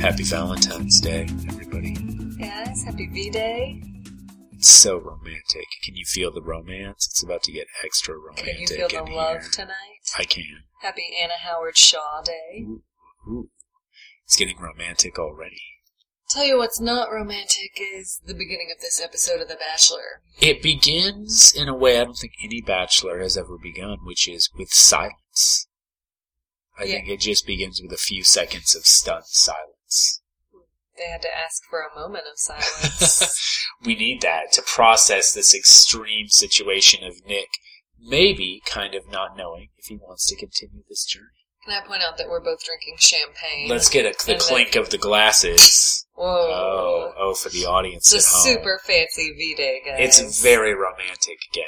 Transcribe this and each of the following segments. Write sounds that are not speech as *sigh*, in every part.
Happy Valentine's Day, everybody. Yes, happy V Day. It's so romantic. Can you feel the romance? It's about to get extra romantic. Can you feel the in love here. tonight? I can. Happy Anna Howard Shaw Day. Ooh, ooh. It's getting romantic already. Tell you what's not romantic is the beginning of this episode of The Bachelor. It begins in a way I don't think any bachelor has ever begun, which is with silence. I Yeah. think it just begins with a few seconds of stunned silence. They had to ask for a moment *laughs* of silence. we need that to process this extreme situation of Nick maybe kind of not knowing if he wants to continue this journey. Can I point out that we're both drinking champagne? Let's get a, the And then- clink of the glasses. Oh, Whoa. oh, for the audience It's a at home. super fancy V Day, guys. It's a very romantic game.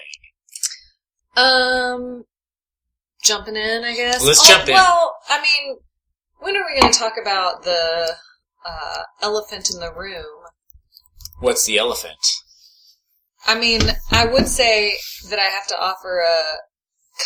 Um, jumping in, I guess. Let's Oh, jump in. Well, I mean, when are we going to talk about the uh, elephant in the room? What's the elephant? I mean, I would say that I have to offer a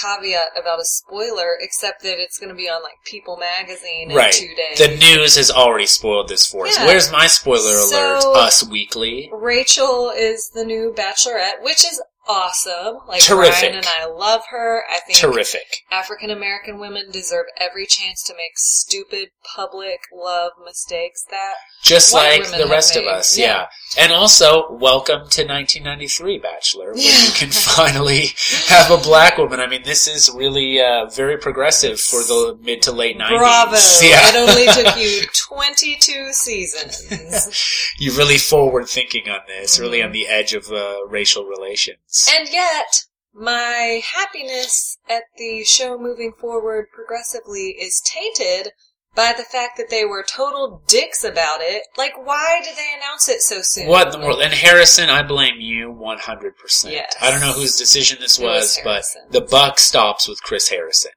caveat about a spoiler, except that it's going to be on like People Magazine in Right. two days. The news has already spoiled this for us. Yeah. Where's my spoiler So- alert? Us Weekly. Rachel is the new Bachelorette, which is awesome. Like Terrific. Ryan and I love her. I think Terrific. African American women deserve every chance to make stupid public love mistakes. That Just White like women the have rest of made- us, yeah. yeah. And also, welcome to 1993 Bachelor, where Yeah. you can finally have a black woman. I mean, this is really uh, very progressive for the mid to late 90s. bravo! Yeah. It only *laughs* took you twenty-two seasons, You're really forward thinking on this, really Mhm. on the edge of uh, racial relations. and yet my happiness at the show moving forward progressively is tainted by the fact that they were total dicks about it. Like, why did they announce it so soon? What in the world? And Harrison, I blame you 100%. Yes. I don't know whose decision this It was was, but Harrison's. the buck stops with Chris Harrison.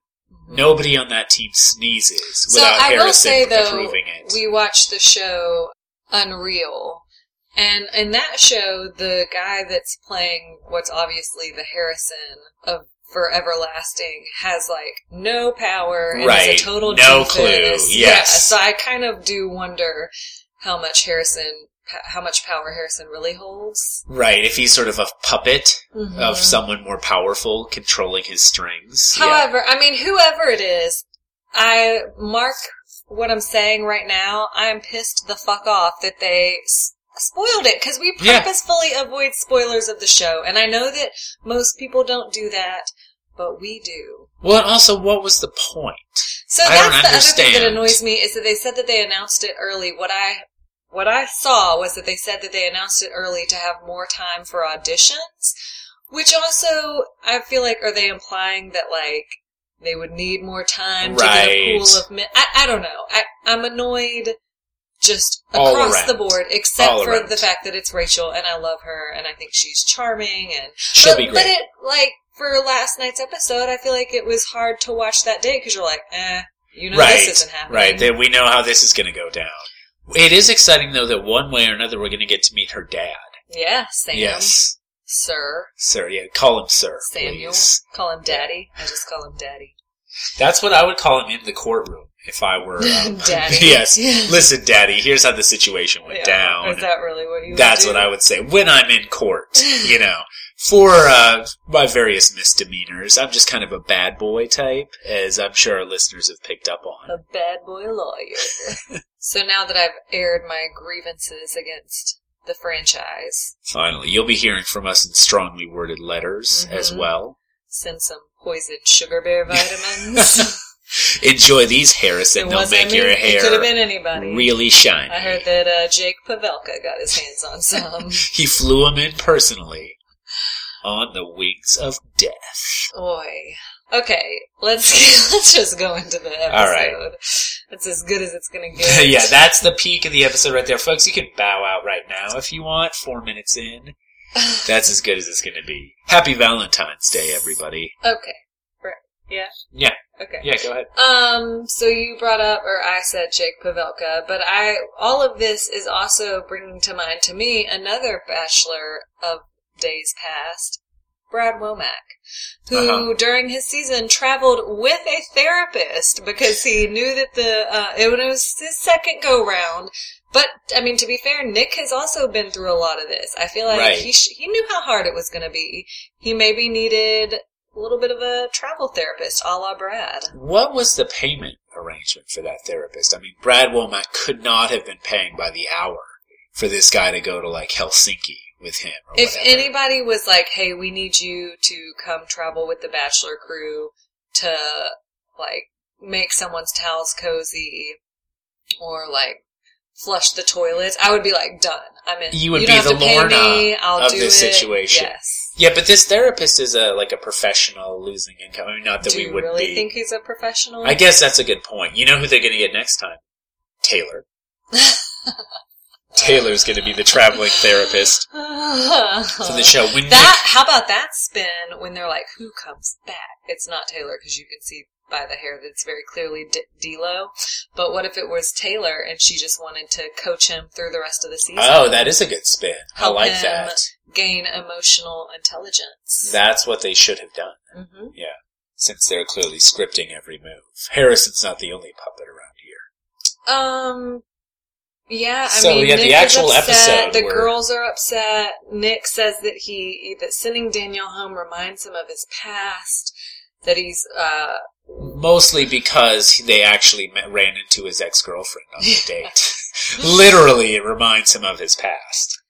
Nobody on that team sneezes So without I Harrison will say though, approving it. we watched the show Unreal, and in that show, the guy that's playing what's obviously the Harrison of For Everlasting has like no power and Right. is a total No doofus. clue. Yes. Yeah, so I kind of do wonder how much Harrison, how much power Harrison really holds. right, if he's sort of a puppet of Mhm. someone more powerful controlling his strings. Yeah. However, I mean, whoever it is, I mark what I'm saying right now. I'm pissed the fuck off that they s- spoiled it because we Yeah. purposefully avoid spoilers of the show, and I know that most people don't do that, but we do. Well, and also, what was the point? So I don't that's the other thing that understand. annoys me is that they said that they announced it early. What I what I saw was that they said that they announced it early to have more time for auditions, which also I feel like are they implying that like they would need more time to get a Right. pool of men? I, I don't know. I I'm annoyed just All across around. the board, except All for around. the fact that it's Rachel and I love her and I think she's charming and She'll but, be But great. it like for last night's episode, I feel like it was hard to watch that day because you're like, eh, you know, right, this isn't happening. right. That we know how this is going to go down. It is exciting though that one way or another we're going to get to meet her dad. yeah, Sam, Yes, sir, sir. Yeah, call him sir, Samuel, please. call him daddy. I just call him *laughs* daddy. That's what I would call him in the courtroom if I were. *laughs* Um, Daddy. yes. *laughs* Yeah. Listen, Daddy. Here's how the situation went Yeah. down. Is that really what you? That's would what I would say when I'm in *laughs* court. You know, for uh, my various misdemeanors, I'm just kind of a bad boy type, as I'm sure our listeners have picked up on. A bad boy lawyer. *laughs* so now that I've aired my grievances against the franchise, Finally, you'll be hearing from us in strongly worded letters as Mhm. well. send some poison sugar *laughs* bear vitamins. Enjoy these, Harrison. It They'll wasn't make me. your It could hair have been anybody. really shiny. I heard that uh, Jake Pavelka got his hands *laughs* on some. He flew him in personally on the wings of death. Oi. Okay, let's *laughs* let's just go into the episode. All right. That's as good as it's *laughs* gonna get. yeah, that's the peak of the episode right there, folks. You can bow out right now if you want. Four minutes in. *laughs* That's as good as it's going to be. Happy Valentine's Day, everybody. Okay. Right. Yeah. Yeah. Okay. Yeah, go ahead. Um. So you brought up, or I said Jake Pavelka, but I all of this is also bringing to mind to me another Bachelor of days past, Brad Womack, who Uh-huh. during his season traveled with a therapist because he knew that the uh, it was his second go round. But I mean, to be fair, Nick has also been through a lot of this. I feel like Right. he sh- he knew how hard it was going to be. He maybe needed a little bit of a travel therapist, a la Brad. What was the payment arrangement for that therapist? I mean, Brad Womack could not have been paying by the hour for this guy to go to like Helsinki with him. Or If whatever. anybody was like, "Hey, we need you to come travel with the bachelor crew to like make someone's towels cozy or like flush the toilets," I would be like, "Done. I'm in." You would don't be have the to pay Lorna me. I'll of do this it." situation. Yes. yeah, but this therapist is a like a professional losing income. I mean, not that do we you would really be. think he's a professional? I guess that's a good point. You know who they're going to get next time? *laughs* Taylor. Taylor's going to be the traveling *laughs* therapist for the show. When That how about that spin when they're like, "Who comes back?" It's not Taylor because you can see by the hair that it's very clearly D- D'Lo. But what if it was Taylor and she just wanted to coach him through the rest of the season, oh, that is a good spin. I Help like him. that. gain emotional intelligence? That's what they should have done. hmm since they're clearly scripting every move. Harrison's not the only puppet around here. Um. Yeah, I So, mean, yeah, the Nick actual is upset. episode The where- girls are upset. Nick says that he that sending Danielle home reminds him of his past. That he's uh, Mostly because they actually met, ran into his ex-girlfriend on *laughs* the date. Literally, it reminds him of his past.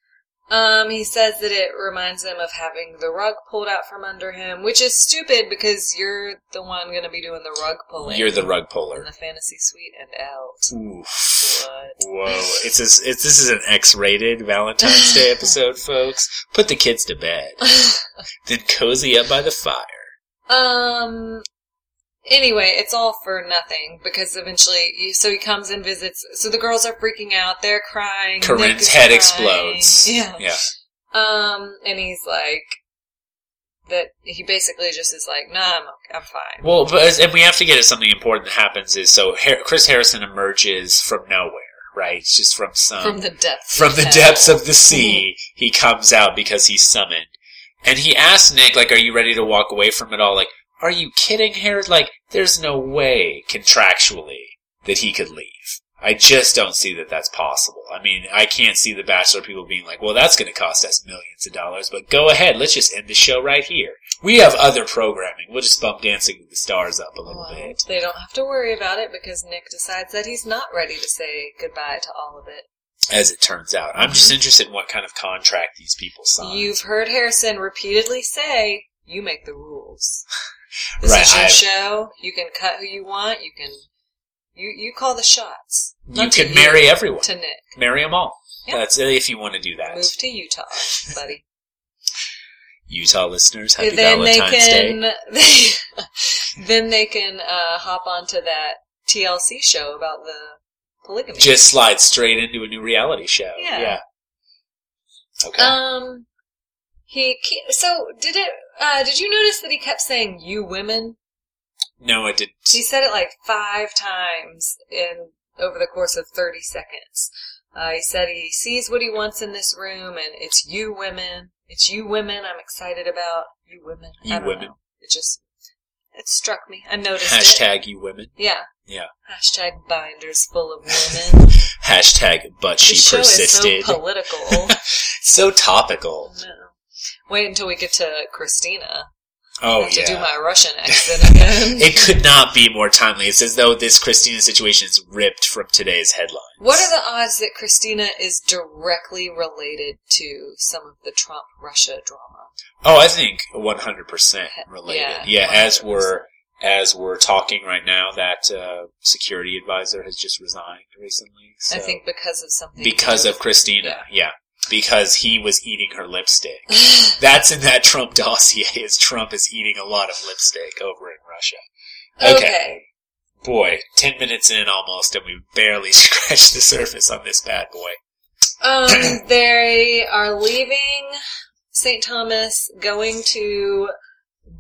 Um, he says that it reminds him of having the rug pulled out from under him, which is stupid because you're the one going to be doing the rug pulling. You're the rug in puller. the fantasy suite and out. Oof. What? Whoa! It's, as it's this is an X-rated Valentine's *laughs* Day episode, folks. Put the kids to bed, then cozy up by the fire. *laughs* um. Anyway, it's all for nothing because eventually, you, so he comes and visits. So the girls are freaking out; they're crying. Nick Corinne's is head crying. explodes. *laughs* Yeah. yeah. Um, and he's like, that he basically just is like, "Nah, I'm okay. I'm fine." Well, but, and we have to get at something important that happens is so Har- Chris Harrison emerges from nowhere, right? It's just from some from the depths. from of the hell. depths of the sea. Mm-hmm. He comes out because he's summoned, and he asks Nick, like, "Are you ready to walk away from it all?" Like, "Are you kidding, Harrison? Like, there's no way contractually that he could leave." I just don't see that that's possible. I mean, I can't see the Bachelor people being like, well, that's going to cost us millions of dollars, but go ahead. Let's just end the show right here. We have other programming. We'll just bump Dancing with the Stars up a little Well, bit. They don't have to worry about it because Nick decides that he's not ready to say goodbye to all of it. as it turns out. I'm just Mm-hmm. interested in what kind of contract these people sign. You've heard Harrison repeatedly say, "You make *laughs* the rules. This Right, is your I've- show. You can cut who you want. You can you you call the shots. you Not to could marry everyone. to Nick. marry them all. Yeah. That's if you want to do that. Move *laughs* to Utah, buddy. Utah listeners, happy then they Valentine's Day. can *laughs* they, then they can uh, hop onto that TLC show about the polygamy. Just slide straight into a new reality show. Yeah. Okay. Um, he ke- so did it. Uh, did you notice that he kept saying "you women"? no, I didn't. He said it like five times in over the course of thirty seconds. Uh, he said he sees what he wants in this room, and it's you women. It's you women. I'm excited about you women. I You don't women. know. It just it struck me. I noticed it. Hashtag you women. Yeah. Yeah. Hashtag binders full *laughs* of women. Hashtag but she this show persisted. is so *laughs* political. Oh, So topical. no. Wait until we get to Christina. Oh have yeah. to do my *laughs* Russian accent again. it could not be more timely. It's as though this Christina situation is ripped from today's headlines. what are the odds that Christina is directly related to some of the Trump Russia drama? Oh, I think 100% related. Yeah, Yeah, as 100%. we're as we're talking right now, that uh, security advisor has just resigned recently. So. I think because of something. because of Christina. Yeah. Because he was eating her lipstick. *laughs* That's in that *laughs* Trump dossier. Is Trump is eating a lot of lipstick over in Russia. okay. Boy, ten minutes in almost, and we barely *laughs* scratched the surface on this bad boy. *clears throat* Um, they are leaving St. Thomas, going to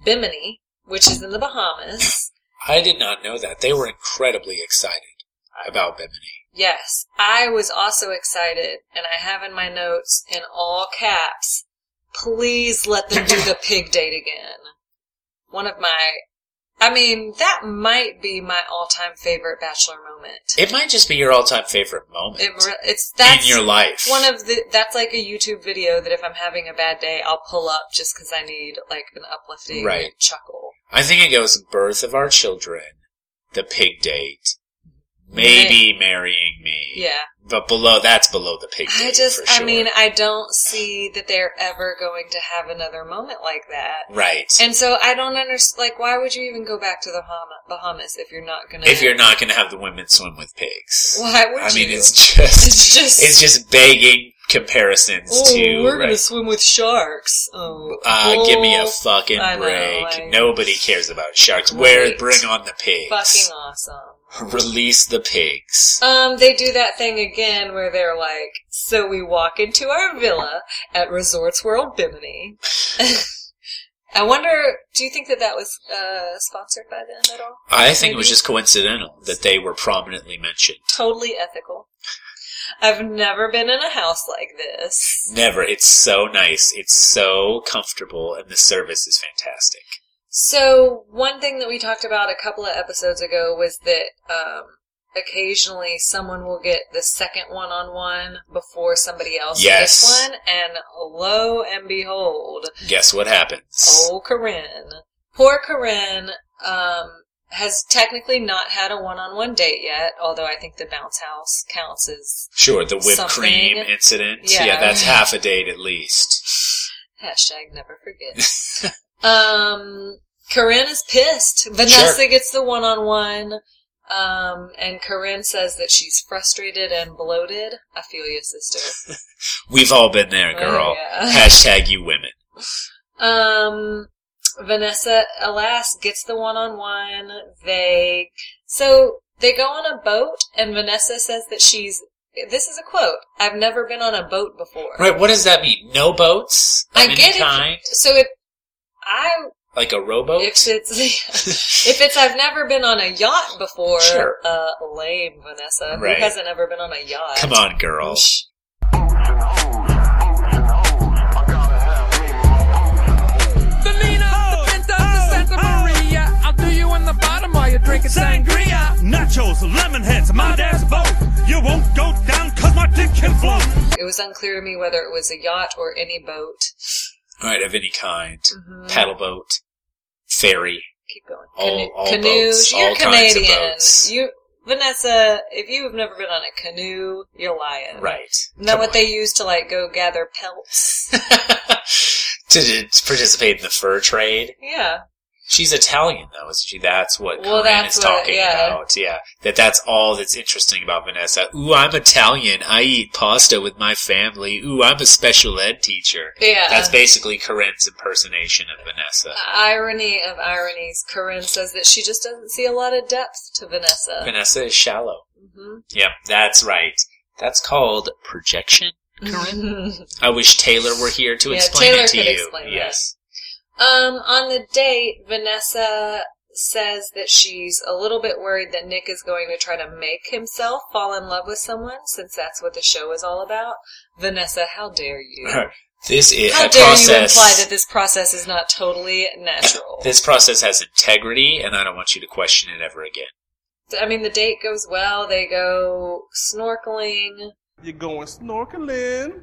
Bimini, which is in the Bahamas. I did not know that they were incredibly excited about Bimini. Yes, I was also excited, and I have in my notes in all caps please let them do the *laughs* pig date again. One of my, I mean, that might be my all-time favorite Bachelor moment. It might just be your all-time favorite moment It, re- it's that's in your life. one of the that's like a YouTube video that if I'm having a bad day, I'll pull up just because I need like an uplifting Right. chuckle. I think it goes birth of our children, the pig date, maybe marrying me. Yeah, But below, that's below the pig date. I just, for sure. I mean, I don't see that they're ever going to have another moment like that. right. And so I don't understand. Like, why would you even go back to the Bahama- Bahamas if you're not gonna? if you're not going to have the women swim with pigs. *laughs* why would I mean, you? it's just, *laughs* It's just. it's just begging comparisons oh, to, we're gonna right, swim with sharks. Oh, uh, give me a bull fucking I know, break. like- Nobody cares about sharks. Where, Right. bring on the pigs. fucking awesome. Release the pigs. Um, they do that thing again where they're like, so we walk into our villa at Resorts World Bimini. *laughs* I wonder, do you think that that was uh, sponsored by them at all? I think it was maybe- just coincidental that they were prominently mentioned. Totally ethical. I've never been in a house like this. Never. It's so nice. It's so comfortable, and the service is fantastic. So one thing that we talked about a couple of episodes ago was that um, occasionally someone will get the second one-on-one before somebody else Yes. gets one, and lo and behold, Guess what happens? Oh, Corinne. Poor Corinne um, has technically not had a one on one date yet, although I think the bounce house counts as Sure, the whipped Something. cream incident. Yeah. that's half a date at least. hashtag never *laughs* forget. um, Corinne is pissed. Vanessa gets the one on one. Um, and Corinne says that she's frustrated and bloated. I feel you, sister. We've all been there, girl. Oh, yeah. Hashtag you women. Um, Vanessa, alas, gets the one on one. They, so they go on a boat and Vanessa says that she's, this is a quote, I've never been on a boat before. Right, what does that mean? No boats of I any get it. kind? So if I, Like a rowboat? if it's, *laughs* if it's I've never been on a yacht before, Sure. uh, lame Vanessa, Right. who hasn't ever been on a yacht? Come on, girl. Sangria, nachos, lemon heads, my dad's boat. You won't go down cause my dick can float. It was unclear to me whether it was a yacht or any boat. All right, of any kind. Mhm. Paddle boat, ferry. keep going. All- Canoe, all canoes. boats, you're all kinds of Canadian. boats. You, Vanessa, if you've never been on a canoe, you're lying. Right. Isn't that Come what on. they use to like go gather pelts? *laughs* *laughs* to, to participate in the fur trade? yeah. She's Italian, though, isn't she? That's what Well, Corinne that's is what- talking yeah. about. Yeah, that that's all that's interesting about Vanessa. Ooh, I'm Italian. I eat pasta with my family. Ooh, I'm a special ed teacher. Yeah. That's basically Corinne's impersonation of Vanessa. Irony of ironies. Corinne says that she just doesn't see a lot of depth to Vanessa. Vanessa is shallow. Mhm. Yep, that's right. That's called projection. Mm-hmm. *laughs* I wish Taylor were here to Yeah, explain Taylor it to could you. explain that. yes. *laughs* um, on the date, Vanessa says that she's a little bit worried that Nick is going to try to make himself fall in love with someone since that's what the show is all about. Vanessa, how *laughs* dare you? This is How a dare process. you imply that this process is not totally natural? *laughs* this process has integrity, and I don't want you to question it ever again. I mean, the date goes well. They go snorkeling, You're going snorkeling.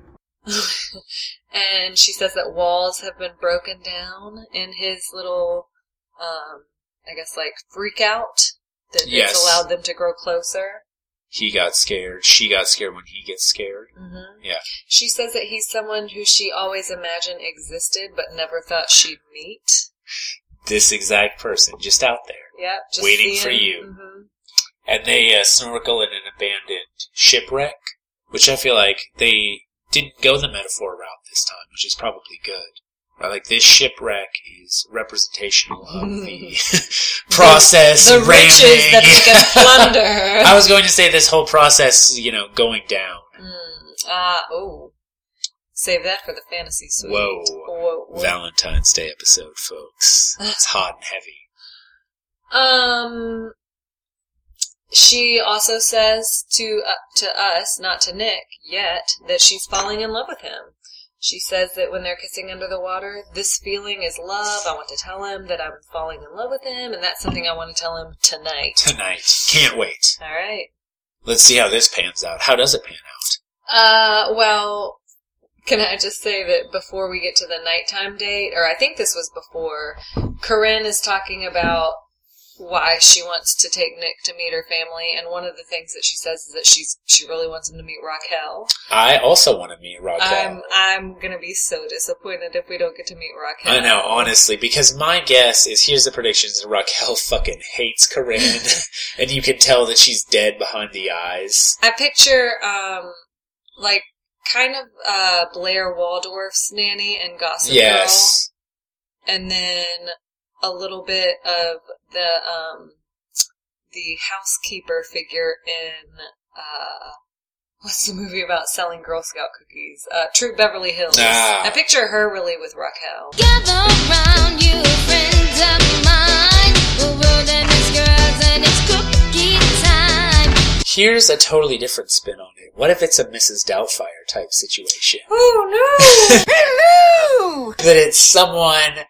and she says that walls have been broken down in his little, um, I guess, like freak out that Yes. it's allowed them to grow closer. he got scared. She got scared when he gets scared. hmm Yeah. She says that he's someone who she always imagined existed but never thought she'd meet. This exact person, just out there. Yep. just Waiting for seeing- you. Mhm. And they uh, snorkel in an abandoned shipwreck, which I feel like they didn't go the metaphor route this time, which is probably good. Right, Like this shipwreck is representational *laughs* of the *laughs* process The ramming. riches that they can plunder. *laughs* I was going to say this whole process, you know, going down. Mm, Ah, oh. Save that for the fantasy suite. Whoa. Whoa. whoa. Valentine's Day episode, *sighs* folks. It's hot and heavy. um. She also says to uh, to us, not to Nick yet, that she's falling in love with him. She says that when they're kissing under the water, this feeling is love. I want to tell him that I'm falling in love with him, and that's something I want to tell him tonight. Tonight. Can't wait. All right. Let's see how this pans out. How does it pan out? Uh, well, can I just say that before we get to the nighttime date, or I think this was before, Corinne is talking about why she wants to take Nick to meet her family, and one of the things that she says is that she's she really wants him to meet Raquel. I also want to meet Raquel. I'm I'm gonna be so disappointed if we don't get to meet Raquel. I know, honestly, because my guess is here's the predictions Raquel fucking hates Corinne, and you can tell that she's dead behind the eyes. I picture um like kind of uh Blair Waldorf's nanny and Gossip Girl. yes. and then a little bit of the um the housekeeper figure in uh what's the movie about selling Girl Scout cookies? Uh True Beverly Hills. Ah. I picture her really with Raquel. Gather round, you friends of mine. The world and its girls and it's cookie time. Here's a totally different spin on it. What if it's a Mrs. Doubtfire type situation? Oh *laughs* no! that it's someone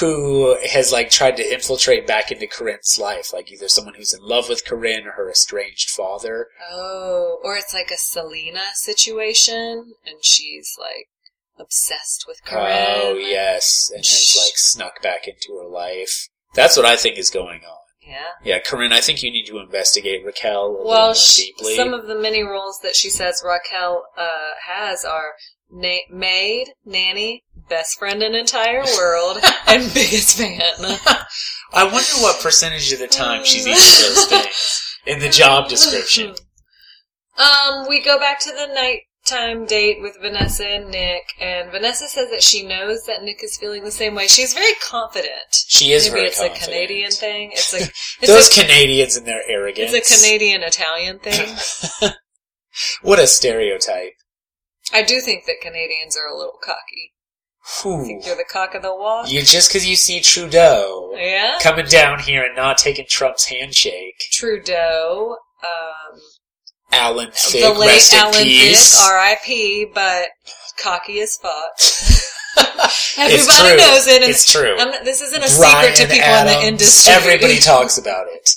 who has like tried to infiltrate back into Corinne's life, like either someone who's in love with Corinne or her estranged father. oh, or it's like a Selena situation and she's like obsessed with Corinne. Oh yes, and has like snuck back into her life. That's what I think is going on. Yeah. Yeah, Corinne, I think you need to investigate Raquel a little Well, more sh deeply. some of the many roles that she says Raquel uh, has are na- maid, nanny, best friend in *laughs* entire world, and biggest fan. I wonder what percentage of the time *laughs* she's each of those things in the job description. um, we go back to the nighttime date with Vanessa and Nick, and Vanessa says that she knows that Nick is feeling the same way. She's very confident. She is Maybe very it's confident. a Canadian thing. It's *laughs* a it's Those a, Canadians and their arrogance. it's a Canadian Italian *laughs* thing. What a stereotype. I do think that Canadians are a little cocky. I Whew. think you're the cock of the walk. You just because you see Trudeau Yeah. coming down here and not taking Trump's handshake, Trudeau, um, Alan Thicke, the late rest in Alan peace. Thicke, R.I.P., but cocky as fuck. It's *laughs* *laughs* Everybody true. knows it. And It's true. I'm not- this isn't a Bryan secret to people in Adams. the industry. *laughs* Everybody talks about it.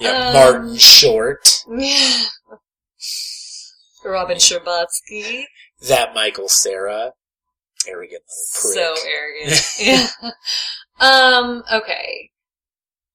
Yeah, Um, Martin Short, Yeah. Robin Scherbatsky. that Michael Sarah, arrogant little So prick. arrogant. *laughs* yeah. Um, okay.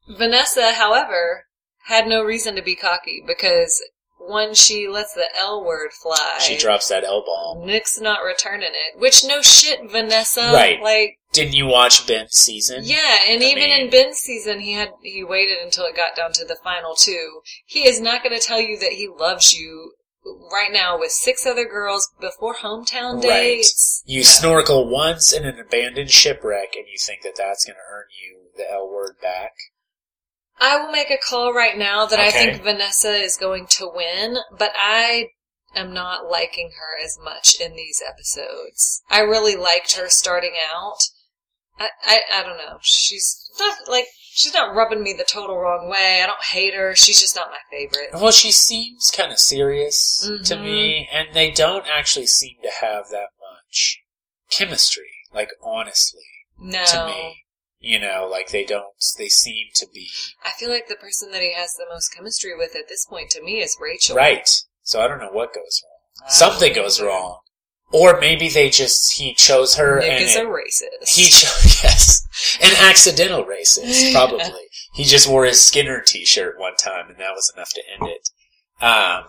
Vanessa, however, had no reason to be cocky because when she lets the L word fly, she drops that L bomb. Nick's not returning it, which no shit, Vanessa. Right. Like, Didn't you watch Ben's season? yeah, and I even mean- in Ben's season, he had he waited until it got down to the final two. He is not going to tell you that he loves you right now with six other girls before hometown Right. dates. You snorkel once in an abandoned shipwreck, and you think that that's going to earn you the L word back. I will make a call right now that I Okay. think Vanessa is going to win, but I am not liking her as much in these episodes. I really liked her starting out. I, I, I don't know. She's not like she's not rubbing me the total wrong way. I don't hate her. She's just not my favorite. Well, she seems kind of serious to Mhm. me, and they don't actually seem to have that much chemistry, like honestly, No, to me. You know, like they don't, they seem to be I feel like the person that he has the most chemistry with at this point to me is Rachel. right. So I don't know what goes wrong. Um, Something goes wrong. Or maybe they just, he chose her Nick and is it- a racist. he *laughs* chose, yes, an accidental *laughs* racist, probably. he just wore his Skinner t-shirt one time and that was enough to end it. Um,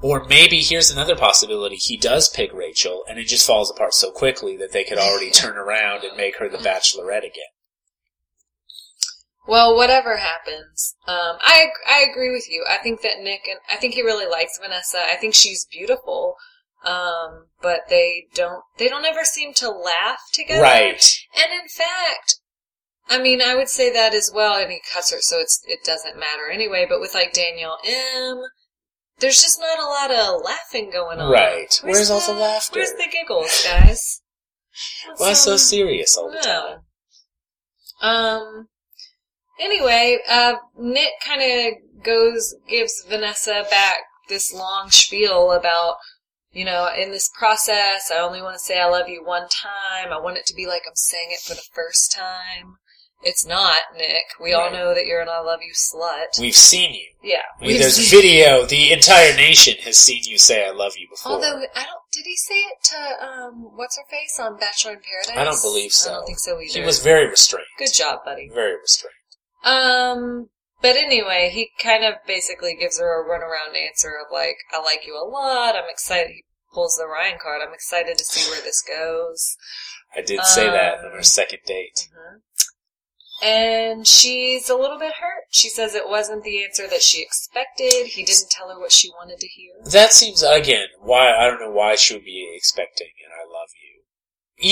or maybe here's another possibility. He does pick Rachel and it just falls apart so quickly that they could *laughs* already turn around and make her the bachelorette again. Well, whatever happens, um, I I agree with you. I think that Nick and I think he really likes Vanessa. I think she's beautiful, um, but they don't they don't ever seem to laugh together. Right. And in fact, I mean, I would say that as well. And he cuts her, so it's it doesn't matter anyway. But with like Danielle M, there's just not a lot of laughing going on. Right. Where's all the laughter? Where's the giggles, guys? What's, Why so um, serious all the time? um. Anyway, uh, Nick kind of goes gives Vanessa back this long spiel about you know, in this process, I only want to say I love you one time. I want it to be like I'm saying it for the first time. It's not, Nick. We all Right. know that you're an I love you slut. We've seen you. yeah. I mean, we've *laughs* there's seen- video. The entire nation has seen you say "I love you" before. Although I don't, did he say it to um, what's her face on Bachelor in Paradise? I don't believe so. I don't think so either. he was very restrained. good job, buddy. Very restrained. Um, but anyway, he kind of basically gives her a runaround answer of like, "I like you a lot. I'm excited." He pulls the Ryan card. I'm excited to see where this goes. I did say that Um, mm-hmm. on our second date. And she's a little bit hurt. She says it wasn't the answer that she expected. He didn't tell her what she wanted to hear. That seems again why I don't know why she would be expecting an "I love you."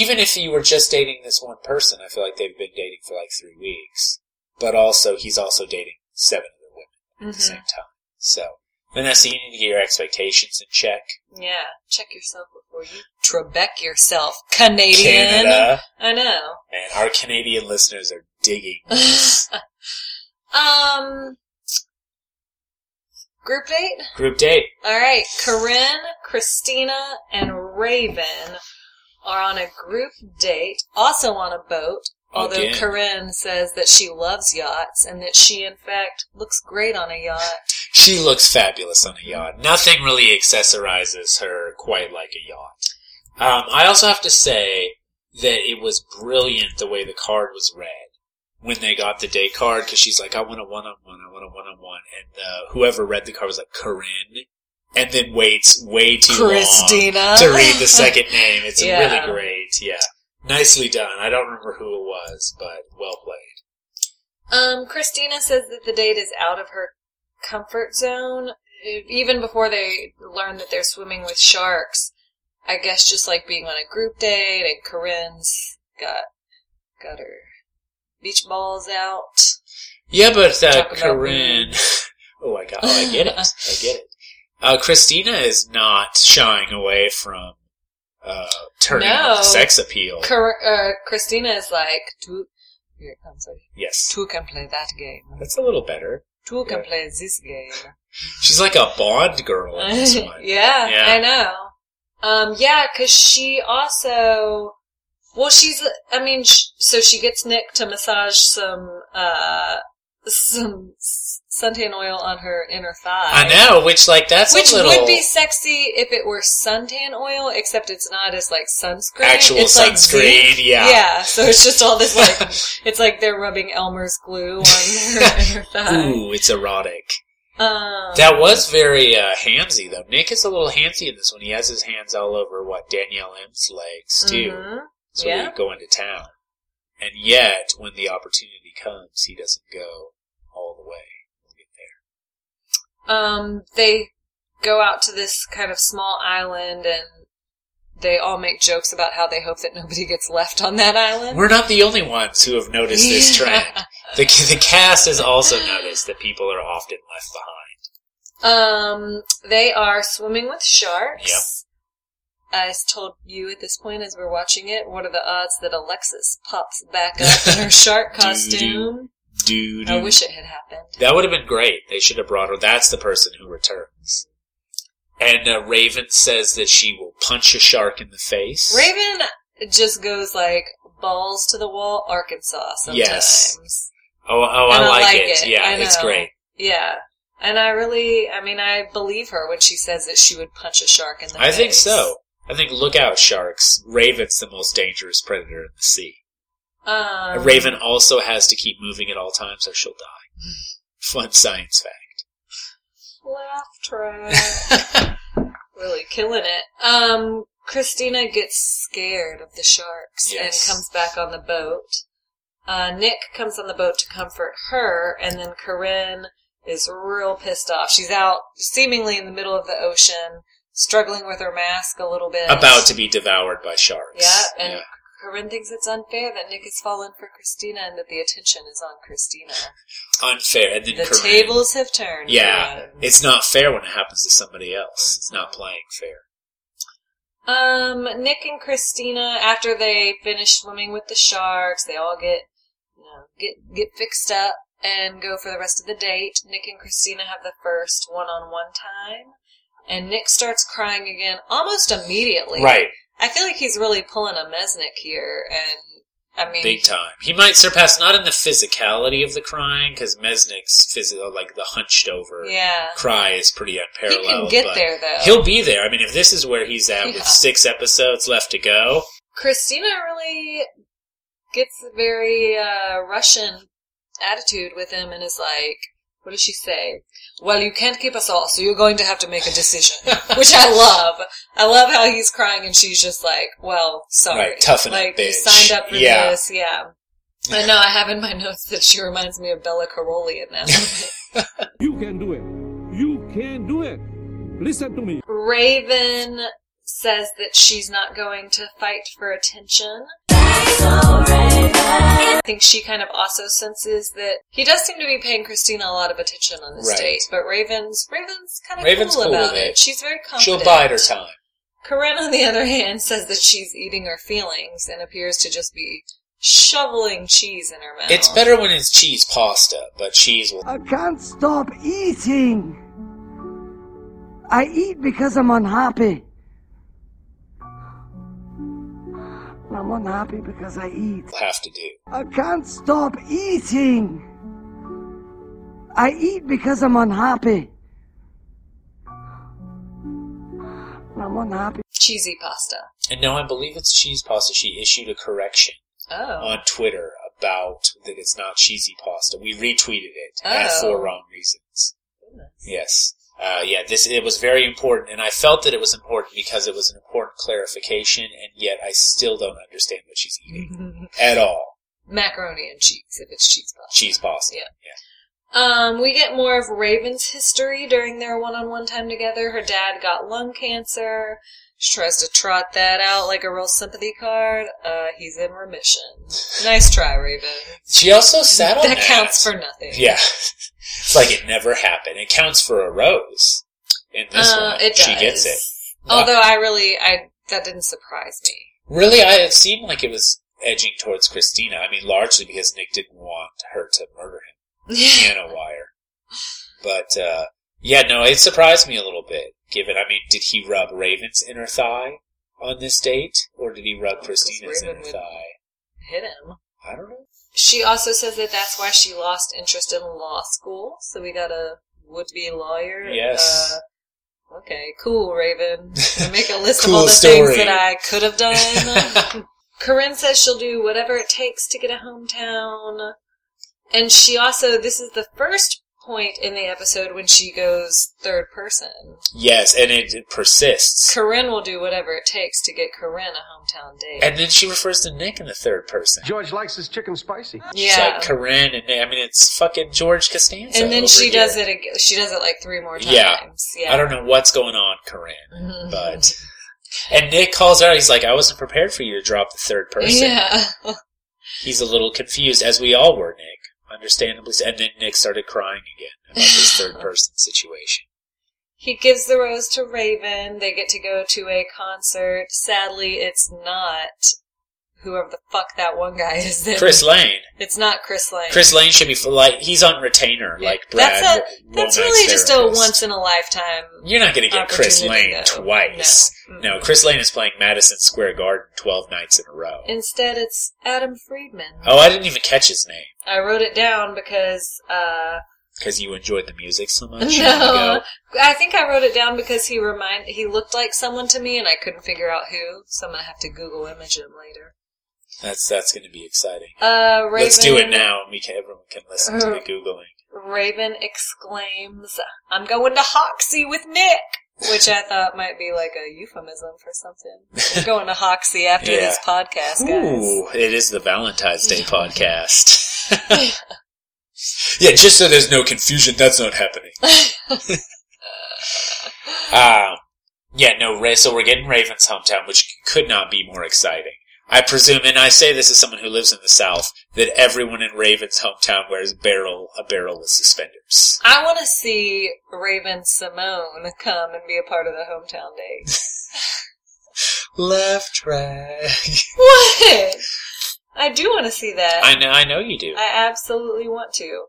Even if you were just dating this one person, I feel like they've been dating for like three weeks. But also, he's also dating seven other women at Mm-hmm. the same time. So, Vanessa, you need to get your expectations in check. Yeah, check yourself before you Trebek yourself, Canadian. Canada. I know. Man, our Canadian listeners are digging. this. Um, group date. Group date. All right, Corinne, Christina, and Raven are on a group date, also on a boat. Although Again. Corinne says that she loves yachts and that she, in fact, looks great on a yacht. She looks fabulous on a yacht. Nothing really accessorizes her quite like a yacht. Um, I also have to say that it was brilliant the way the card was read when they got the day card because she's like, "I want a one-on-one. I want a one-on-one," and uh, whoever read the card was like, "Corinne," and then waits way too Christina. long to read the second name. *laughs* It's Yeah. really great. Yeah, nicely done. I don't remember who it was, but well played. Um, Christina says that the date is out of her comfort zone. E- Even before they learn that they're swimming with sharks, I guess just like being on a group date and Corinne's got got her beach balls out. Yeah, but uh, Talk about Corinne. *laughs* Oh, I got. Oh, I get it. I get it. Uh, Christina is not shying away from uh, turning on No. the sex appeal. Cor- uh, Christina is like, two, here, I'm sorry, yes, two can play that game. that's a little better. Two can Yeah. play this game. She's like a Bond girl in *laughs* this one. yeah, Yeah. I know. Um, yeah, because she also, well, she's, I mean, sh- so she gets Nick to massage some, uh, *laughs* some s- suntan oil on her inner thigh. I know. Which, like, that's Which a little would be sexy if it were suntan oil, except it's not. It's like sunscreen. actual it's like sunscreen. zinc. yeah. Yeah. So it's just all this like *laughs* it's like they're rubbing Elmer's glue on her, her thigh. Ooh, it's erotic. Um, That was very uh, handsy, though. Nick is a little handsy in this one. He has his hands all over what Danielle M's legs too. mhm. So Yeah. we go into town. And yet, when the opportunity comes, he doesn't go all the way. We'll get there. um, they go out to this kind of small island and they all make jokes about how they hope that nobody gets left on that island. We're not the only ones who have noticed this trend. The, the cast has also noticed that people are often left behind. Um, they are swimming with sharks. I s- told you at this point as we're watching it, what are the odds that Alexis pops back up *laughs* in her shark Doo-doo. costume? Dude. I wish it had happened. That would have been great. They should have brought her. That's the person who returns. And uh, Raven says that she will punch a shark in the face. Raven just goes like balls to the wall, Arkansas sometimes. Yes. Oh, oh, And I, like, it. Yeah, I it's know. great. Yeah. And I really, I mean, I believe her when she says that she would punch a shark in the I face. think so. I think look out, sharks. Raven's the most dangerous predator in the sea. A Um, raven also has to keep moving at all times or she'll die. Hmm. Fun science Laugh *laughs* track. fact. really killing it. Um, Christina gets scared of the sharks Yes. and comes back on the boat. Uh, Nick comes on the boat to comfort her, and then Corinne is real pissed off. She's out, seemingly in the middle of the ocean, struggling with her mask a little bit. About to be devoured by sharks. Yeah, and Corinne thinks it's unfair that Nick has fallen for Christina and that the attention is on Christina. Yeah. unfair. And then The Corinne- tables have turned. Yeah, Corinne. it's not fair when it happens to somebody else. It's not playing fair. Um, Nick and Christina, after they finish swimming with the sharks, they all get, you know, get get fixed up and go for the rest of the date. Nick and Christina have the first one-on-one time, and Nick starts crying again almost immediately. Right. I feel like he's really pulling a Mesnick here, and I mean, Big time. He might surpass not in the physicality of the crying because Mesnick's physical, uh, like the hunched over yeah, cry, is pretty he unparalleled. can get but there though. He'll be there. I mean, if this is where he's at Yeah. with six episodes left to go, Christina really gets a very uh, Russian attitude with him and is like, what does she say? Well, you can't keep us all, so you're going to have to make a decision. *laughs* Which I love. I love how he's crying and she's just like, well, sorry. Right, toughen up, like, you bitch. signed up for Yeah. this, yeah. I know, I have in my *laughs* notes that she reminds me of Bella Caroli in *laughs* that. You can do it. You can do it. Listen to me. Raven says that she's not going to fight for attention. I think she kind of also senses that he does seem to be paying Christina a lot of attention on this Right. date, but Raven's Raven's kind of Raven's cool, cool about with it. it. She's very confident. she'll bide her time. Corinne, on the other hand, says that she's eating her feelings and appears to just be shoveling cheese in her mouth. It's better when it's cheese pasta, but cheese will. I can't stop eating. I eat because I'm unhappy. I'm unhappy because I eat. have to do. I can't stop eating. I eat because I'm unhappy. I'm unhappy. cheesy pasta. And no, I believe it's cheese pasta. She issued a correction Oh, on Twitter about that it's not cheesy pasta. We retweeted it at Oh. for wrong reasons. Yes. Uh, yeah, this it was very important, and I felt that it was important because it was an important clarification, and yet I still don't understand what she's *laughs* eating at all. macaroni and cheese if it's cheese pasta. Cheese pasta. Yeah. Um, we get more of Raven's history during their one-on-one time together. Her dad got lung cancer. She tries to trot that out like a real sympathy card. Uh, he's in remission. Nice try, Raven. She also sat on that that. counts for nothing. Yeah. it's like it never happened. It counts for a rose. In this Uh, one, it does. she gets it. Uh, Although I really, I that didn't surprise me. Really, I, it seemed like it was edging towards Christina. I mean, largely because Nick didn't want her to murder him. Yeah. piano wire. But uh, yeah, no, it surprised me a little bit. Given, I mean, did he rub Raven's inner thigh on this date, or did he rub Because Christina's Raven inner would- thigh? Hit him. I don't know. She also says that that's why she lost interest in law school. So we got a would-be lawyer. Yes. Uh, okay, *laughs* cool, Raven. I make a list Cool of all the story. things that I could have done. *laughs* Corinne says she'll do whatever it takes to get a hometown. And she also, this is the first point in the episode when she goes third person. Yes, and it, it persists. Corinne will do whatever it takes to get Corinne a hometown date. And then she refers to Nick in the third person. George likes his chicken spicy. She's yeah. like Corinne and Nick. I mean, it's fucking George Costanza. and then over she here. does it. Again, she does it like three more times. Yeah. Yeah. Mm-hmm. I don't know what's going on, Corinne, but. And Nick calls her out. He's like, "I wasn't prepared for you to drop the third person." Yeah. *laughs* He's a little confused, as we all were, Nick. Understandably so. And then Nick started crying again about this *laughs* third person situation. He gives the rose to Raven. They get to go to a concert. Sadly, it's not whoever the fuck that one guy is. that- Chris Lane. It's not Chris Lane. Chris Lane should be, for, like, he's on retainer, like Brad. That's, a, Ro- Roman's that's really just a therapist. once in a lifetime. You're not going to get Chris opportunity, Lane though. twice. No. No. Chris Lane is playing Madison Square Garden 12 nights in a row. Instead, it's Adam Friedman. Oh, I didn't even catch his name I wrote it down because, uh, because you enjoyed the music so much. You no, go, I think I wrote it down because he remind he looked like someone to me, and I couldn't figure out who. So I'm gonna have to Google image him later. That's, that's going to be exciting. Uh, Raven, Let's do it now. and We can, everyone can listen to the Uh. Googling. Raven exclaims, I'm going to Hoxie with Nick! Which I thought might be like a euphemism for something. We're going to Hoxie after *laughs* Yeah. this podcast, guys. Ooh, it is the Valentine's Day podcast. *laughs* yeah, just so there's no confusion, that's not *laughs* happening. um, yeah, no, Ra- so we're getting Raven's hometown, which could not be more exciting. I presume, and I say this as someone who lives in the South, that everyone in Raven's hometown wears barrel a barrel with suspenders. I want to see Raven Simone come and be a part of the hometown *laughs* date. Left track. what? I do want to see that. I know, I know you do. I absolutely want to.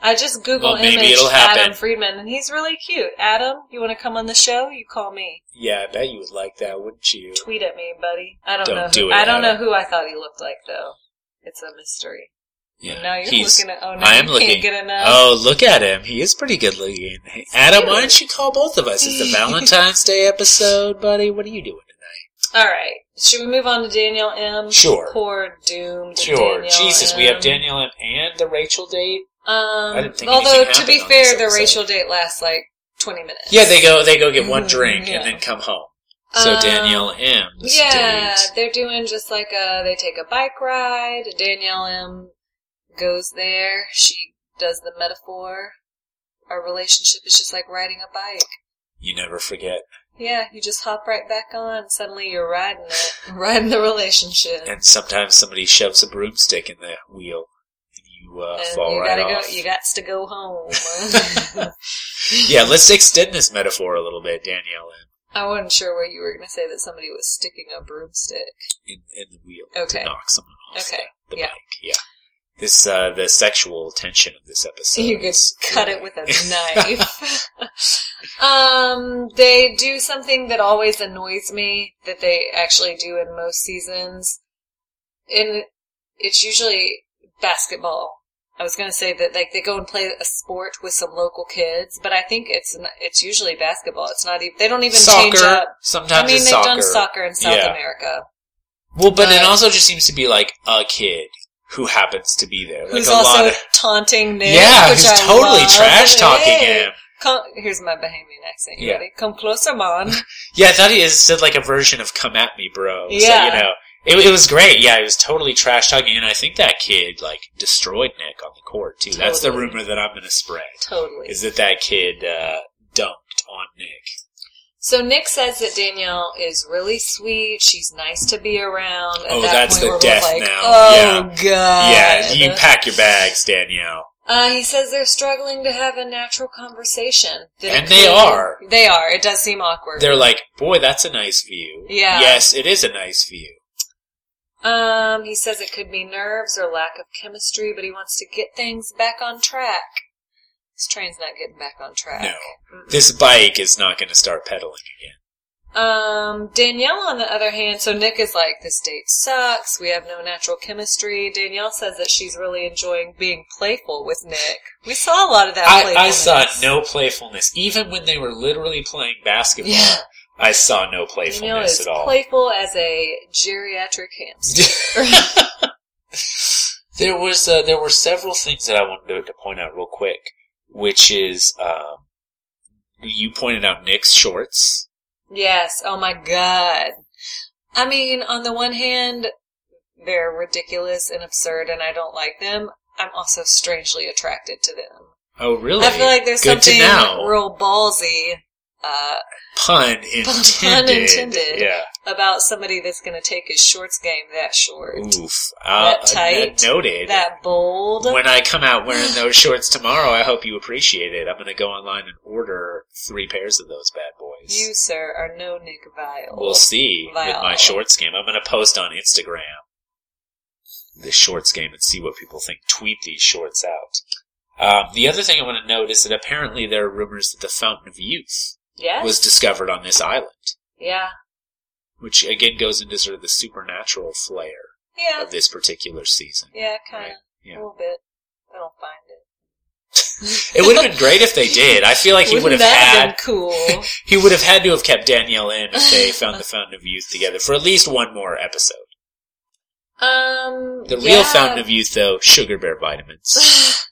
I just Google Well, maybe imaged it'll happen. Adam Friedman, and he's really cute. Adam, you want to come on the show? You call me. Yeah, I bet you would like that, wouldn't you? Tweet at me, buddy. I don't, Don't know. Who, do it, I don't Adam. know who I thought he looked like though. It's a mystery. Yeah. Now you're He's- looking at. Oh no, I am you looking. Can't get enough. Oh, look at him. He is pretty good looking. Hey, Adam, why don't you call both of us? *laughs* It's the Valentine's Day episode, buddy. What are you doing tonight? All right. Should we move on to Daniel M? Sure. Poor doomed. Sure. Daniel Jesus, we have M. Daniel M and the Rachel date. Um, I didn't think although anything to be happened on this fair, the episode. Rachel date lasts like twenty minutes. Yeah, they go. They go get one Mhm, drink yeah. and then come home. So Um, Danielle M. This Yeah, date. they're doing just like a. They take a bike ride. Danielle M. goes there. She does the metaphor. Our relationship is just like riding a bike. You never forget. Yeah, you just hop right back on. Suddenly you're riding it, riding the relationship. And sometimes somebody shoves a broomstick in the wheel, and you uh, And fall you right gotta off. go. You got to *laughs* go home. *laughs* yeah, let's extend this metaphor a little bit, Danielle M. I wasn't sure where you were gonna say that somebody was sticking a broomstick. in, in the wheel Okay. to knock someone off Okay, the, the yeah. bike. Yeah. This uh, the sexual tension of this episode. you could is- cut it with *laughs* a knife. *laughs* um, they do something that always annoys me that they actually do in most seasons, and it's usually basketball. I was gonna say that like they go and play a sport with some local kids, but I think it's n it's usually basketball. It's not even they don't even change soccer. up. Sometimes I mean, it's they've soccer. done soccer in South Yeah. America. Well, but it but- also just seems to be like a kid who happens to be there. Like who's a also lot of taunting Nick. yeah, which who's I totally love. trash talking Hey, him. Come, here's my Bahamian accent. You Yeah. ready? Come closer, *laughs* man. Yeah, I thought he said like a version of "Come at me, bro." Yeah. so, you know. It, it was great. Yeah, it was totally trash talking, and I think that kid like destroyed Nick on the court too. That's the Totally. rumor that I'm going to spread. totally. is that that kid uh, dunked on Nick. So Nick says that Danielle is really sweet. She's nice to be around. At Oh, that that's point, the we're both death like, now. Oh God. yeah, you pack your bags, Danielle. Uh, he says they're struggling to have a natural conversation. That And they include- are. They are. It does seem awkward. They're like, boy, that's a nice view. Yeah. Yes, it is a nice view. um, he says it could be nerves or lack of chemistry, but he wants to get things back on track. This train's not getting back Mm-hmm. on track. No. Mm-mm. This bike is not going to start pedaling again. Um, Danielle, on the other hand, so Nick is like, this date sucks. We have no natural chemistry. Danielle says that she's really enjoying being playful with Nick. We saw a lot of that. I, I saw playfulness. no playfulness. Even when they were literally playing basketball, Yeah. I saw no Danielle playfulness is at all. playful as a geriatric *laughs* hamster. there was uh, there were several things that I wanted to, to point out real quick, which is um, you pointed out Nick's shorts. yes. Oh my god. I mean, on the one hand, they're ridiculous and absurd, and I don't like them. I'm also strangely attracted to them. Oh, really? I feel like there's Good to something know. real ballsy. Uh, Pun intended. Pun intended. Yeah. about somebody that's going to take his shorts game that short, Oof. Uh, That tight. Noted. that bold. when I come out *laughs* wearing those shorts tomorrow, I hope you appreciate it. I'm going to go online and order three pairs of those bad boys. you, sir, are no Nick Vile. we'll see with Wow. my shorts game. I'm going to post on Instagram the shorts game and see what people think. Tweet these shorts out. Um, the other thing I want to note is that apparently there are rumors that the Fountain of Youth Yes. was discovered on this island, yeah. which again goes into sort of the supernatural flair. Yeah. of this particular season. Yeah, kind of. Right. Yeah. A little bit. I don't find it. It would have been great if they did. I feel like he would Wouldn't have that have had been *laughs* cool? he would have had to have kept Danielle in if *laughs* they found the Fountain of Youth together for at least one more episode. um, The yeah, real Fountain of Youth, though, sugar bear vitamins. *laughs*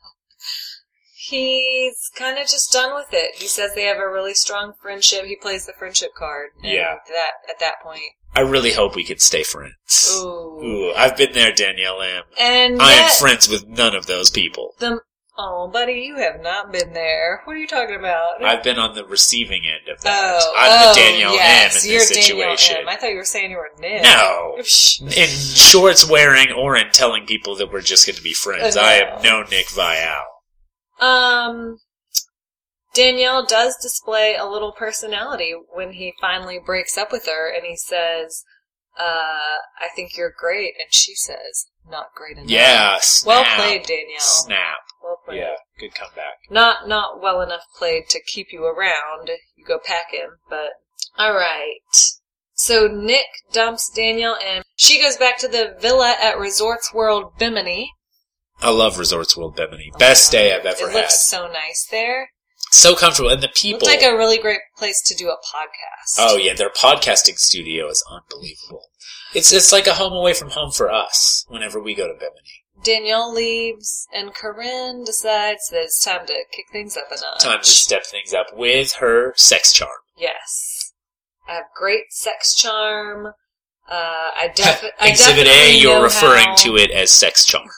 He's kind of just done with it. He says they have a really strong friendship. He plays the friendship card. and Yeah. That at that point. I really hope we can stay friends. Ooh. Ooh, I've been there, Danielle M. And I am yet- friends with none of those people. The oh, buddy, you have not been there. What are you talking about? I've been on the receiving end of that. oh, I'm oh, the Danielle yes, M in you're this Danielle situation. M. I thought you were saying you were Nick. No. Shh. in shorts wearing or in telling people that we're just going to be friends. Oh, I no. am no Nick Vial. Um, Danielle does display a little personality when he finally breaks up with her, and he says, uh, "I think you're great," and she says, "Not great enough." Yeah, snap. Well played, Danielle. Snap. Well played. Yeah, good comeback. Not not well enough played to keep you around. You go packing, but all right. So Nick dumps Danielle, and she goes back to the villa at Resorts World Bimini. I love Resorts World Bimini. Best day I've ever Oh it had. looks so nice there. So comfortable, and the people. Looks like a really great place to do a podcast. oh yeah, their podcasting studio is unbelievable. It's it's like a home away from home for us. Whenever we go to Bimini, Danielle leaves, and Corinne decides that it's time to kick things up a notch. time to step things up with her sex charm. Yes, I have great sex charm. Uh, I, defi- *laughs* I Exhibit A, definitely you're know referring how- to it as sex charm.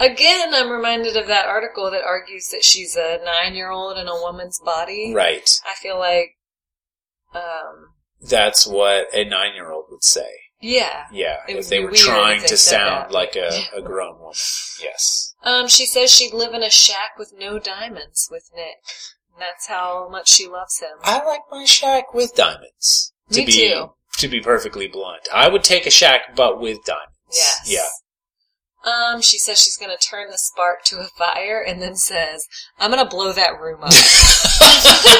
Again, I'm reminded of that article that argues that she's a nine-year-old in a woman's body. Right. I feel like, um, That's what a nine year old would say. yeah. Yeah. It if would they be were weird if trying they to said sound that. like *laughs* a, a grown woman. Yes. Um, she says she'd live in a shack with no diamonds with Nick. And that's how much she loves him. I like my shack with diamonds. Me be, too. To be perfectly blunt, I would take a shack, but with diamonds. Yes. Yeah. Um, she says she's gonna turn the spark to a fire and then says, I'm gonna blow that room *laughs* up.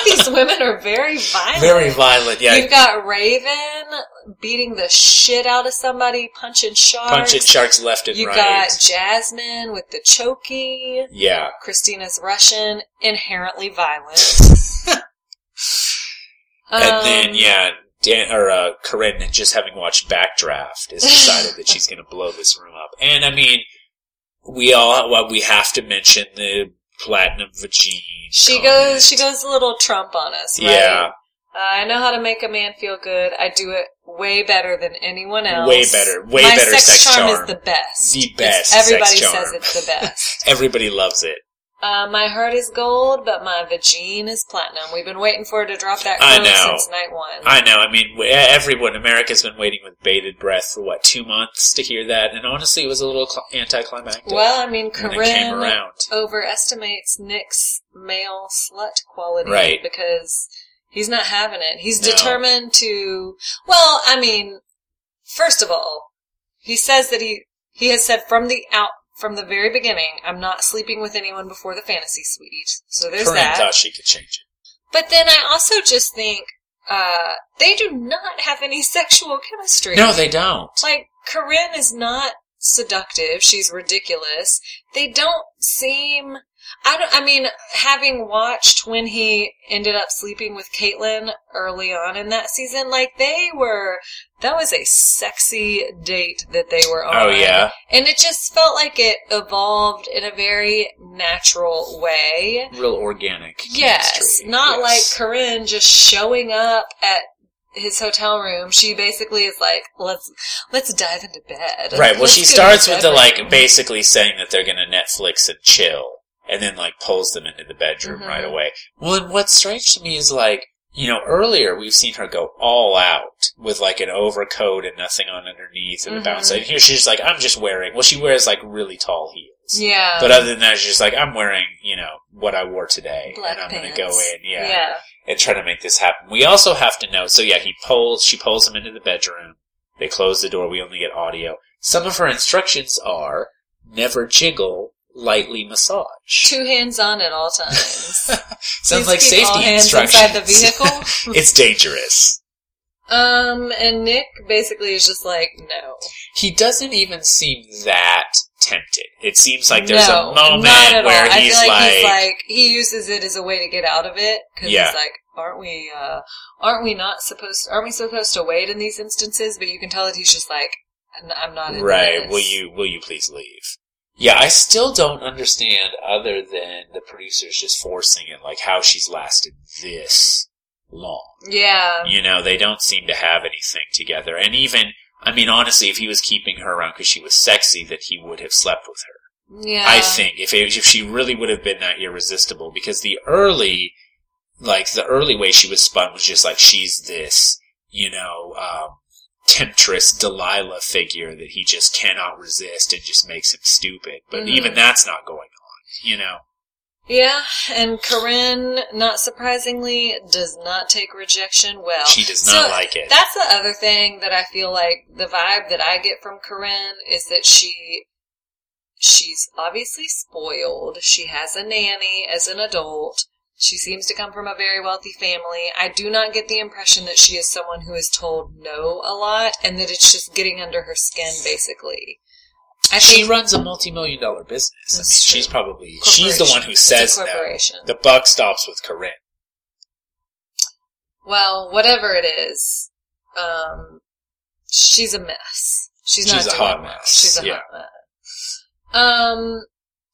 These women are very violent. Very violent. Yeah. You've got Raven beating the shit out of somebody, punching sharks. Punching sharks left and You right. got Jasmine with the choky. yeah. Christina's Russian, inherently violent. Um, *laughs* and then yeah, Dan or uh, Corinne just having watched Backdraft *laughs* has decided that she's going to blow this room up. And I mean, we all well, we have to mention the platinum vagine. She comment. goes. She goes a little Trump on us. Right? Yeah, Uh, I know how to make a man feel good. I do it way better than anyone else. Way better. Way My better sex, sex charm, charm. is the best. The It's- best everybody sex says charm. it's the *laughs* best. everybody loves it. uh, my heart is gold, but my vagine is platinum. We've been waiting for her to drop that I crown know. since night one. I know. I mean, we- everyone, America's been waiting with bated breath for what two months to hear that, and honestly, it was a little cl- anticlimactic. well, I mean, when it came Corinne around. overestimates Nick's male slut quality Right. because he's not having it. He's No. determined to. Well, I mean, first of all, he says that he he has said from the out from the very beginning, I'm not sleeping with anyone before the fantasy suite. So there's Corinne that. thought she could change it. But then I also just think uh, they do not have any *laughs* sexual chemistry. No, they don't. Like, Corinne is not seductive. She's ridiculous. They don't seem. I don't. I mean, having watched when he ended up sleeping with Caitlyn early on in that season, like they were. That was a sexy date that they were on. Oh yeah, and it just felt like it evolved in a very natural way. real organic. Yes, chemistry. not Yes. like Corinne just showing up at his hotel room. She basically is like, "Let's let's dive into bed." Right. Well, Let's she go to starts with the bedroom." like basically saying that they're going to Netflix and chill, and then like pulls them into the bedroom Mhm. right away. Well, and what's strange to me is like you know earlier we've seen her go all out with like an overcoat and nothing on underneath and Mhm. a bounce. And here she's like, I'm just wearing. Well, she wears like really tall heels. Yeah, But other than that, she's just like, I'm wearing, you know, what I wore today, Black and I'm going pants. to go in, yeah. and try to make this happen. We also have to know. So yeah, he pulls. She pulls him into the bedroom. They close the door. We only get audio. Some of her instructions are never jiggle, lightly massage. Two hands on at all times. *laughs* Sounds Please like keep all safety hands instructions. inside the *laughs* vehicle. it's dangerous. um, and Nick basically is just like, "No, He doesn't even seem that tempted. It seems like there's no, a moment not at where all." he's, I feel like, like, he's like he uses it as a way to get out of it because Yeah. he's like, "Aren't we? uh Aren't we not supposed? Aren't we supposed to wait in these instances?" But you can tell that he's just like, "I'm- "I'm not." into Right. this." Will you will you please leave? Yeah, I still don't understand other than the producers just forcing it, like how she's lasted this long. Yeah. You know, they don't seem to have anything together. And even, I mean, honestly, if he was keeping her around because she was sexy, that he would have slept with her. Yeah. I think if it, if she really would have been that irresistible, because the early, like the early way she was spun was just like she's this, you know, um, temptress Delilah figure that he just cannot resist and just makes him stupid. But Mhm. even that's not going on, you know. Yeah, and Corinne, not surprisingly, does not take rejection well. She does not like it. That's the other thing that I feel like the vibe that I get from Corinne is that she She's obviously spoiled. She has a nanny as an adult. She seems to come from a very wealthy family. I do not get the impression that she is someone who is told no a lot and that it's just getting under her skin, basically. I She think runs a multi-million dollar business. I mean, That's true. she's probably she's the one Corporation. who It's a says that. corporation. The buck stops with Corinne. Well, whatever it is, um, she's a mess. She's, She's not a doing hot well. mess, She's a yeah. hot mess. Um,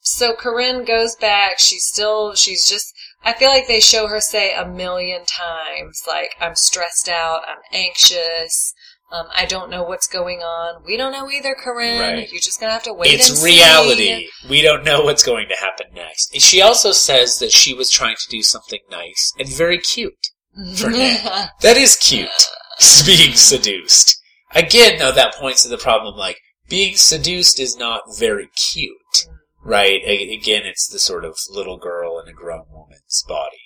so Corinne goes back. She's still. She's just. I feel like they show her say a million times, like I'm stressed out. I'm anxious. Um, I don't know what's going on. We don't know either, Corinne. Right. You're just gonna have to wait. and It's see. reality. We don't know what's going to happen next. And she also says that she was trying to do something nice and very cute for *laughs* Ned. that is cute. being seduced. Again, though, that points to the problem. Like being seduced is not very cute, right? A- again, it's the sort of little girl in a grown woman's body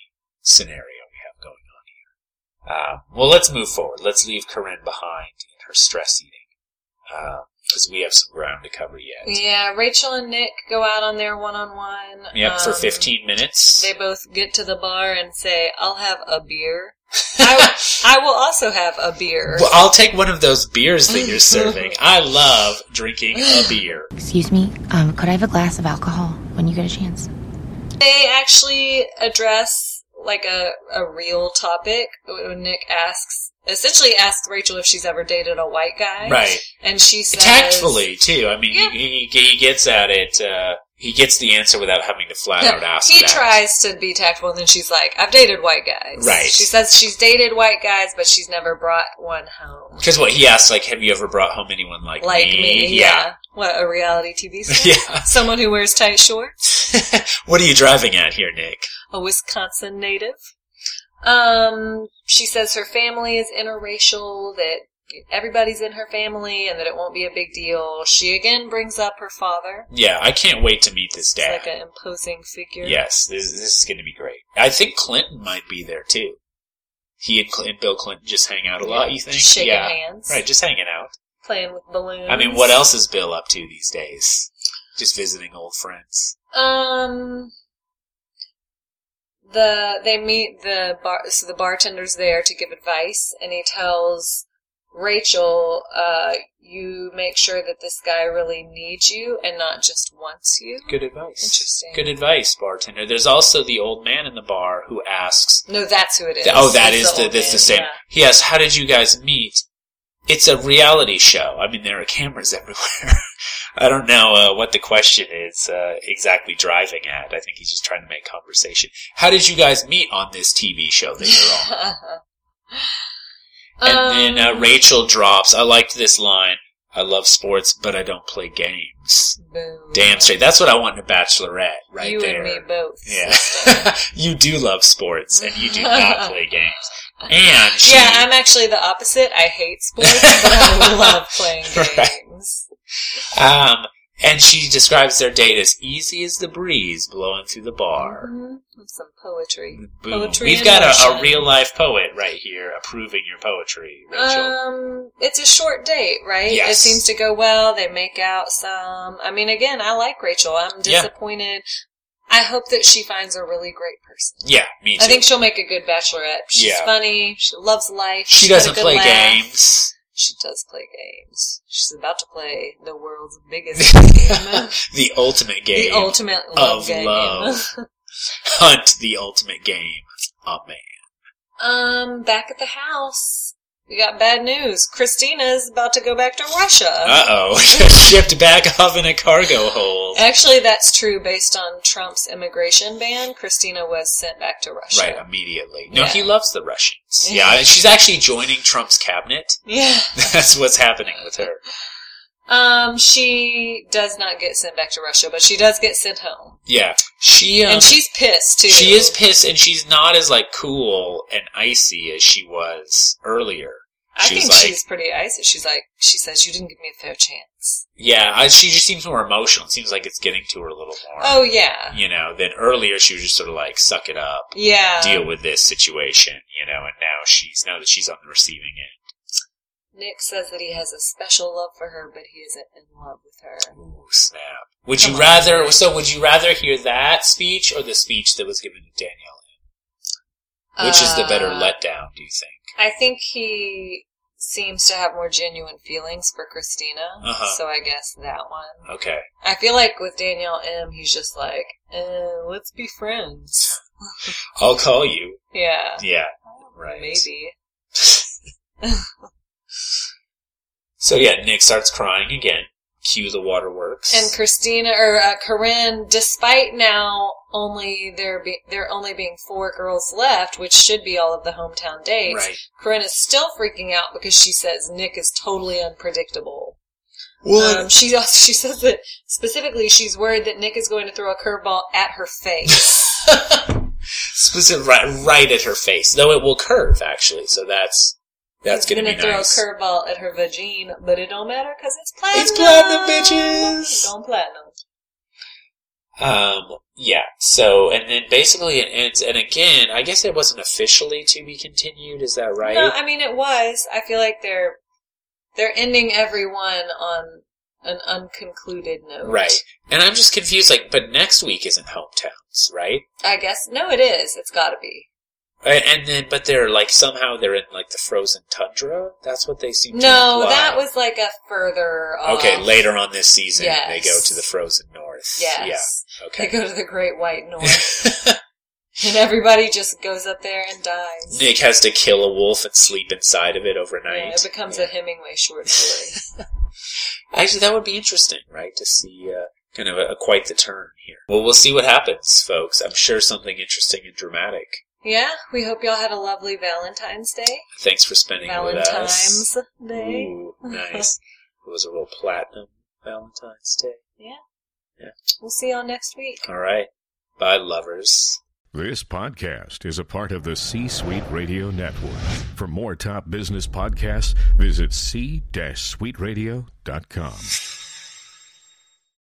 scenario we have going on here. Um, well, let's move forward. Let's leave Corinne behind in her stress eating because we have some ground to cover yet. Yeah, Rachel and Nick go out on their one-on-one. Yep, for um, 15 minutes. *laughs* They both get to the bar and say, "I'll have a beer." I, I will also have a beer. Well, I'll take one of those beers that *laughs* you're serving. I love drinking *gasps* a beer. Excuse me, um, could I have a glass of alcohol when you get a chance? They actually address like a a real topic. When Nick asks, essentially asks Rachel if she's ever dated a white guy, Right. And she says, Tactfully, too. I mean, Yeah. he, he, he gets at it. Uh, he gets the answer without having to flat out ask he that. tries to be tactful, and then she's like, "I've dated white guys." Right. She says she's dated white guys, but she's never brought one home. Because what he asked, like, have you ever brought home anyone like, Like me, Yeah. What a reality TV *laughs* star. Yeah. Someone who wears tight shorts. *laughs* what are you driving at here, Nick? a Wisconsin native. Um, she says her family is interracial, that everybody's in her family, and that it won't be a big deal. She again brings up her father, Yeah, I can't wait to meet this He's dad. like an imposing figure. Yes, this, this is going to be great. I think Clinton might be there, too. He and, Cl- and Bill Clinton just hang out a lot, you think? Shaking yeah. hands, Right, just hanging out. playing with balloons. I mean, what else is Bill up to these days? Just visiting old friends. Um, the they meet the bar, so the bartender's there to give advice, and he tells Rachel, uh, "You make sure that this guy really needs you and not just wants you." Good advice. Interesting. Good advice, bartender. There's also the old man in the bar who asks. No, that's who it is. oh, that It's is the, old that's the man, same. yeah. He asks, "How did you guys meet?" It's a reality show. I mean, there are cameras *laughs* everywhere. I don't know uh, what the question is uh, exactly driving at. I think he's just trying to make conversation. How did you guys meet on this TV show that you're on? *laughs* And then uh, Um, Rachel drops. I liked this line. I love sports, but I don't play games. boom. Damn straight. That's what I want in a bachelorette, right you there. and me both. Yeah. *laughs* you do love sports and you do *laughs* not play games. And she, Yeah, I'm actually the opposite. I hate sports, *laughs* but I love playing games. um, and she describes their date as easy as the breeze blowing through the bar. Mhm. Some poetry. Boom. Poetry We've in got a, a motion. real life poet right here approving your poetry, Rachel. Um, it's a short date, right? Yes. It seems to go well. They make out some. I mean, again, I like Rachel. I'm Yeah. disappointed. I hope that she finds a really great person. yeah, me too. I think she'll make a good bachelorette. She's Yeah. funny. She loves life. she She's got a doesn't good play laugh. games. She does play games. She's about to play the world's *laughs* biggest game. the ultimate the game. ultimate love of game. love. Hunt the ultimate game. A man. *laughs* um, back at the house, we got bad news. Christina's about to go back to Russia. Uh *laughs* oh. Shipped back off in a cargo hold. Actually, that's true. Based on Trump's immigration ban, Christina was sent back to Russia. Right, immediately. No, Yeah. he loves the Russians. Yeah. Yeah, and she's actually joining Trump's cabinet. *laughs* Yeah. That's what's happening with her. Um, she does not get sent back to Russia, but she does get sent home, Yeah. She um, and she's pissed too. she is pissed and she's not as like cool and icy as she was earlier. I She's think like, she's pretty icy. She's like, she says, "You didn't give me a fair chance." yeah, I, she just seems more emotional. It seems like it's getting to her a little more. Oh yeah, You know, than earlier she was just sort of like, suck it up, yeah. deal with this situation, you know, and now she's, now that she's on the receiving end. Nick says that he has a special love for her, but he isn't in love with her. Ooh, snap. Would Come you on. rather? So would you rather hear that speech or the speech that was given to Danielle? Which is the better Uh, letdown? Do you think? I think he seems to have more genuine feelings for Christina, Uh-huh. so I guess that one. Okay. I feel like with Danielle M, he's just like, eh, let's be *laughs* friends. I'll call you. Yeah, Yeah. Right. maybe. So yeah, Nick starts crying again. Cue the waterworks. And Christina or uh, Corinne, despite now only there be there only being four girls left, which should be all of the hometown dates. right. Corinne is still freaking out because she says Nick is totally unpredictable. What? Um, she also, *laughs* she says that specifically she's worried that Nick is going to throw a curveball at her face. Specific, right, right at her face. Though it will curve actually. So that's *laughs* that's He's gonna, be throw nice. a curveball at her vagina, but it don't matter because it's platinum. it's platinum, bitches. Don't platinum. Um, yeah. So, and then basically it ends. And again, I guess it wasn't officially to be continued. Is that right? No, I mean it was. I feel like they're they're ending everyone on an unconcluded note. right. And I'm just confused. Like, but next week isn't hometowns, right? I guess no, it is. It's got to be. A- And then, but they're like somehow they're in like the frozen tundra. That's what they seem. to No, imply. that was like a further. Off. okay. Later on this season, Um, Yes. they go to the frozen north. Yes. Yeah. *laughs* They Okay. go to the Great White North, and everybody just goes up there and *laughs* dies. Nick has to kill a wolf and sleep inside of it overnight. Yeah, it becomes a Hemingway short story. *laughs* Actually, that would be interesting, right? To see uh, kind of a, quite the turn here. Well, we'll see what happens, folks. I'm sure something interesting and dramatic. yeah, we hope y'all had a lovely Valentine's Day. Thanks for spending it with us. Valentine's Day. Ooh, *laughs* nice. it was a real platinum Valentine's Day. We'll see y'all next week. All right. Bye, lovers. This podcast is a part of the C Suite Radio Network. For more top business podcasts, visit c-suiteradio.com.